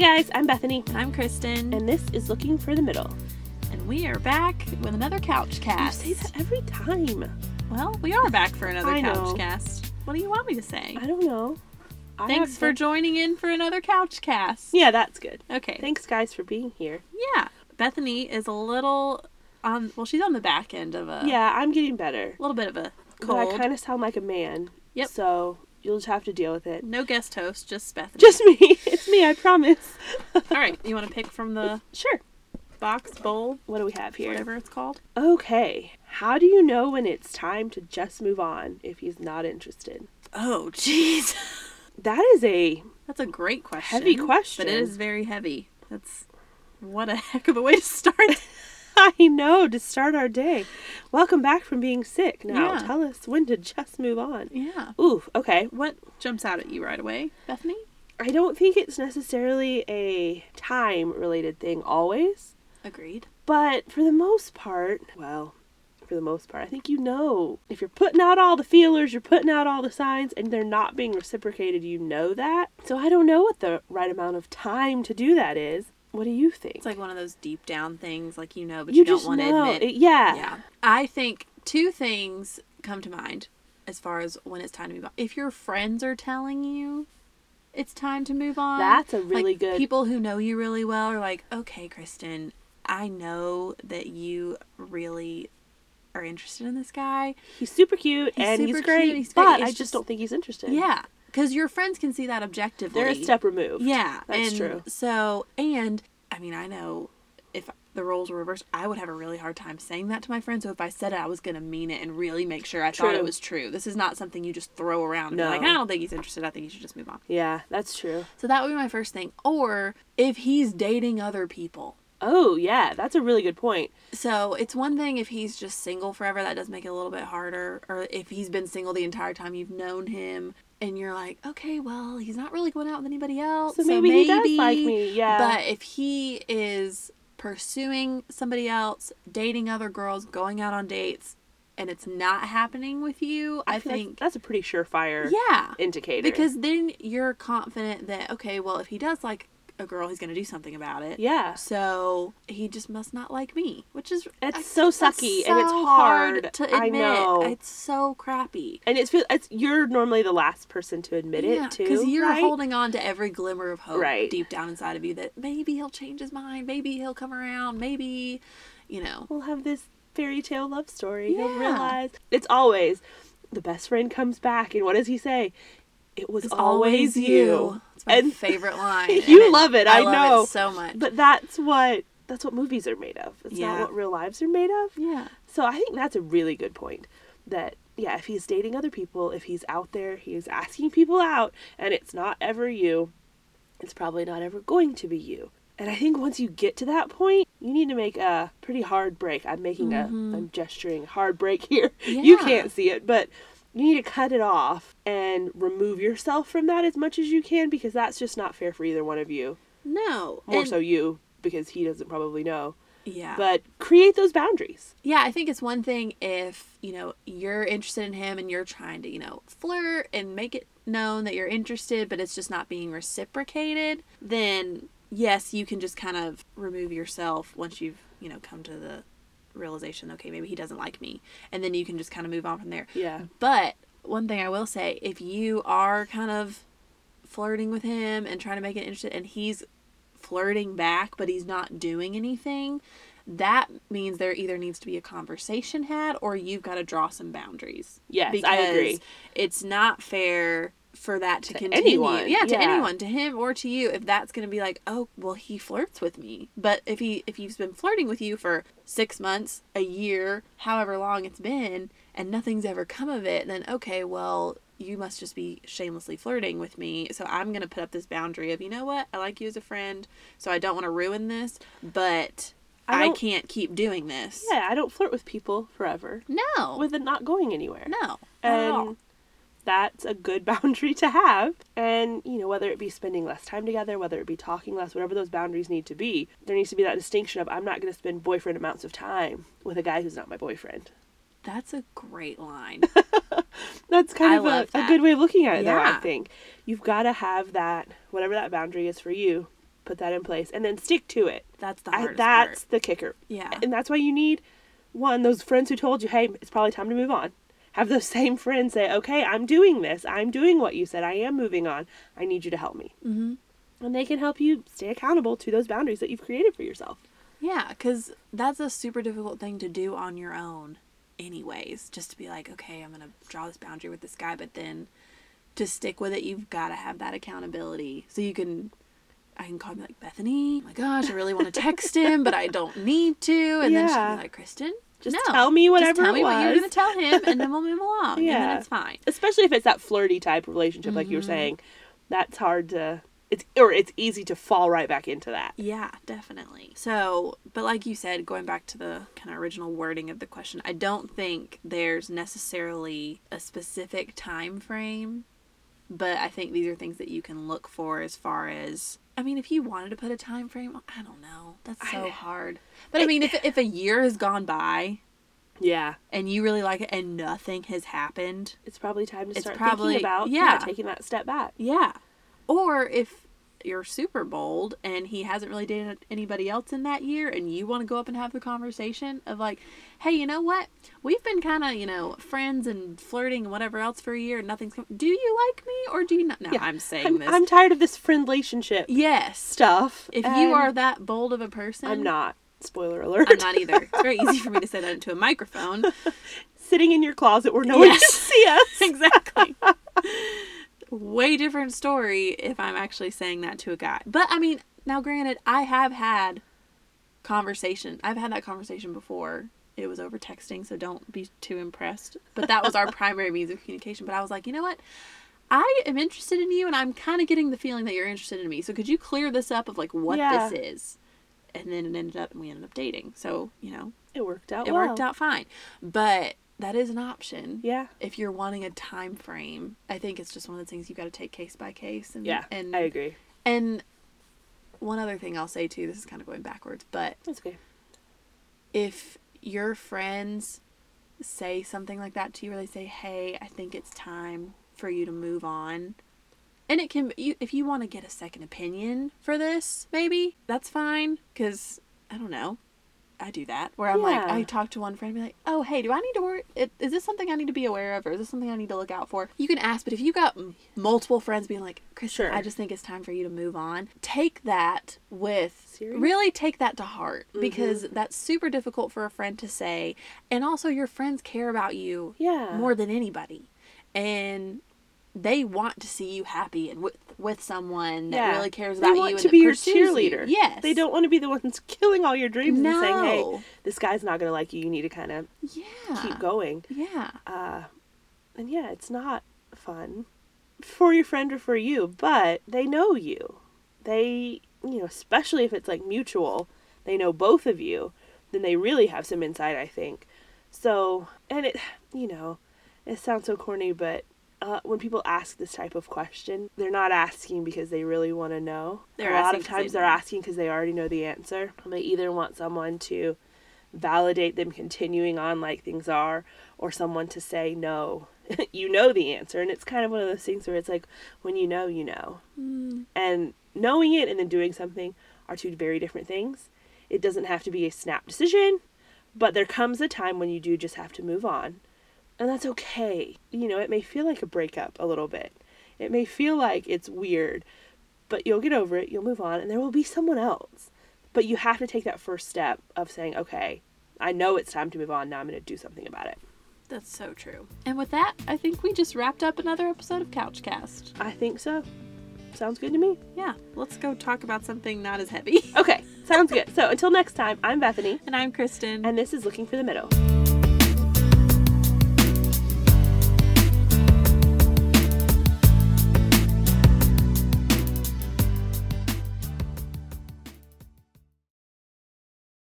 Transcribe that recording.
guys, I'm Bethany, I'm Kristen, and, and this is Looking for the Middle. we are back with another couch You cast. say that every time. Well, we are back for another I couch know. cast. What do you want me to say? I don't know. I Thanks have for the- joining in for another couch cast. Yeah, that's good. Okay. Thanks, guys, for being here. yeah. Bethany is a little on. Well, she's on the back end of a yeah, I'm getting better. little bit of a But I cold. kind of sound like a man. Yep. So you'll just have to deal with it. No guest host, just Bethany. Just me. It's me, I promise. All right. You want to pick from the Sure. box bowl, What do we have here? whatever it's called? Okay. How do you know when it's time to just move on if he's not interested? Oh, jeez. That is a That's a great question. Heavy But it question. is very heavy. That's what a heck of a way to start. I know to start our day. Welcome back from being sick. Now Yeah. tell us when to just move on. yeah. Ooh, okay. What jumps out at you right away, Bethany? I don't think it's necessarily a time related thing always, Agreed. but for the most part, well, for the most part, I think you know if you're putting out all the feelers, you're putting out all the signs, and they're not being reciprocated, you know that. So I don't know what the right amount of time to do that is. What do you think? It's like one of those deep down things, like you know, but you, you, don't just want know. to admit. It- yeah. yeah. I think two things come to mind as far as when it's time to move on. If your friends are telling you it's time to move on, That's a like, really good- People who know you really well are like, okay, Kristen, I know that you really are interested in this guy. He's super cute He's and super he's great, cute, he's great, but it's I just, just- don't think he's interested. Yeah, because your friends can see that objectively. They're a step removed. Yeah, That's and true. So, and I mean, I know if the roles were reversed, I would have a really hard time saying that to my friends. So if I said it, I was gonna mean it and really make sure I thought True. it was true. This is not something you just throw around. And be No. like I don't think he's interested. I think you should just move on. Yeah, that's true. So that would be my first thing. Or if he's dating other people. Oh, yeah, that's a really good point. So it's one thing if he's just single forever, that does make it a little bit harder. Or if he's been single the entire time you've known him, and you're like, okay, well, he's not really going out with anybody else. So maybe he does like me, yeah. But if he is pursuing somebody else, dating other girls, going out on dates, and it's not happening with you, I, I feel like think, that's a pretty surefire yeah, indicator. because then you're confident that okay, well, if he does like a girl, he's going to do something about it. yeah, So he just must not like me, which is It's I- so that's sucky and it's so hard. to admit. I know. It's so crappy. and it's feel- it's you're normally the last person to admit it too, because you're right? holding on to every glimmer of hope Right. deep down inside of you that maybe he'll change his mind, maybe he'll come around, maybe, you know. We'll have this fairy tale love story. You'll Yeah. realize it's always the best friend comes back, and what does he say? It was It's always, you. It's my and favorite line. You and love it, I love know. it so much. but that's what that's what movies are made of. It's Yeah. not what real lives are made of. yeah, So I think that's a really good point. That yeah, if he's dating other people, if he's out there, he's asking people out, and it's not ever you, it's probably not ever going to be you. And I think once you get to that point, you need to make a pretty hard break. I'm making a I'm gesturing hard break here. You Mm-hmm. Yeah. can't see it, but you need to cut it off and remove yourself from that as much as you can because that's just not fair for either one of you. no, More and- so you because he doesn't probably know. yeah, But create those boundaries. Yeah, I think it's one thing if, you know, you're interested in him and you're trying to, you know, flirt and make it known that you're interested, but it's just not being reciprocated, then yes, you can just kind of remove yourself once you've, you know, come to the realization, okay, maybe he doesn't like me. And then you can just kind of move on from there. Yeah. But one thing I will say, if you are kind of flirting with him and trying to make it interested and he's flirting back but he's not doing anything, that means there either needs to be a conversation had or you've got to draw some boundaries. Yes, I agree. It's not fair for that to, continue. anyone, Yeah, to yeah. anyone, to him or to you, if that's gonna be like, oh well he flirts with me. But if he if he's been flirting with you for six months, a year, however long it's been, and nothing's ever come of it, then okay, well, you must just be shamelessly flirting with me. So I'm gonna put up this boundary of, you know what, I like you as a friend, so I don't wanna ruin this, but I I, don't- can't keep doing this. Yeah, I don't flirt with people forever. No. with it not going anywhere. no. Not at all. And that's a good boundary to have. And, you know, whether it be spending less time together, whether it be talking less, whatever those boundaries need to be, there needs to be that distinction of I'm not going to spend boyfriend amounts of time with a guy who's not my boyfriend. That's a great line. That's kind I of love a, a that. good way of looking at it, though, I Yeah. think. You've got to have that, whatever that boundary is for you, put that in place, and then stick to it. That's the I, hardest that's part. the kicker. Yeah. And that's why you need one, those friends who told you, hey, it's probably time to move on. Have those same friends say, okay, I'm doing this. I'm doing what you said. I am moving on. I need you to help me. Mm-hmm. And they can help you stay accountable to those boundaries that you've created for yourself. Yeah, because that's a super difficult thing to do on your own, anyways. Just to be like, okay, I'm going to draw this boundary with this guy, but then to stick with it, you've got to have that accountability. So you can, I can call me like, Bethany, oh my gosh, I really want to text him, but I don't need to. And then she'll Yeah. be like, Kristen, Just no, tell me just whatever tell it me what you're was." going to tell him, and then we'll move along. And Yeah. then it's fine. Especially if it's that flirty type relationship, like Mm-hmm. you were saying. That's hard to, it's, or it's easy to fall right back into that. Yeah, definitely. So, but like you said, going back to the kind of original wording of the question, I don't think there's necessarily a specific time frame, but I think these are things that you can look for as far as I mean, if you wanted to put a time frame, I don't know. That's so know. hard. But I mean, if if a year has gone by Yeah. and you really like it and nothing has happened, It's probably time to start probably- thinking about yeah. taking that step back. Yeah. Or if you're super bold and he hasn't really dated anybody else in that year and you want to go up and have the conversation of like, hey, you know what? We've been kind of, you know, friends and flirting and whatever else for a year and nothing's come. Do you like me or do you not? No, I'm saying I'm, this. I'm tired of this friend relationship yes. stuff. If you and are that bold of a person, Um, I'm not. Spoiler alert. I'm not either. It's very easy for me to say that into a microphone. Sitting in your closet where no one can Yes. see us. exactly. Way different story if I'm actually saying that to a guy. But I mean, now granted, I have had conversation. I've had that conversation before. It was over texting, so don't be too impressed. But that was our primary means of communication. But I was like, you know what? I am interested in you, and I'm kind of getting the feeling that you're interested in me. So could you clear this up of like what Yeah. this is? And then it ended up, and we ended up dating. So you know, It worked out. it worked well. out fine. But that is an option Yeah. if you're wanting a time frame, I think it's just one of the things you got to take case by case. And, Yeah. and I agree. And one other thing I'll say too, this is kind of going backwards, but That's okay. if your friends say something like that to you, where they say, "Hey, I think it's time for you to move on," and it can you if you want to get a second opinion for this, maybe that's fine. Cause I don't know, I do that where I'm like, Yeah. I talk to one friend, and be like, "Oh, hey, do I need to worry? i- Is this something I need to be aware of, or is this something I need to look out for?" You can ask, but if you got m- multiple friends being like, "Chris, Sure. I just think it's time for you to move on," take that with Serious? Mm-hmm. really take that to heart because that's super difficult for a friend to say and also your friends care about you Yeah. more than anybody and they want to see you happy and with with someone that really cares about they want you to and be that your pursues you. cheerleader. yes They don't want to be the ones killing all your dreams and saying, No. "Hey, this guy's not going to like you. You need to kind of yeah keep going." Uh, yeah And yeah, it's not fun for your friend or for you, but they know you. They, you know, especially if it's like mutual, they know both of you, then they really have some insight, I think. So, and it, you know, it sounds so corny, but uh, when people ask this type of question, they're not asking because they really want to know. They're a lot asking of 'cause times they they're know. asking because they already know the answer. They either want someone to validate them continuing on like things are or someone to say no you know the answer and it's kind of one of those things where it's like when you know you know and knowing it and then doing something are two very different things it doesn't have to be a snap decision but there comes a time when you do just have to move on and that's okay you know it may feel like a breakup a little bit it may feel like it's weird but you'll get over it you'll move on and there will be someone else but you have to take that first step of saying okay i know it's time to move on now i'm going to do something about it that's so true and with that i think we just wrapped up another episode of couchcast i think so sounds good to me yeah let's go talk about something not as heavy okay sounds good so until next time i'm bethany and i'm kristen and this is looking for the middle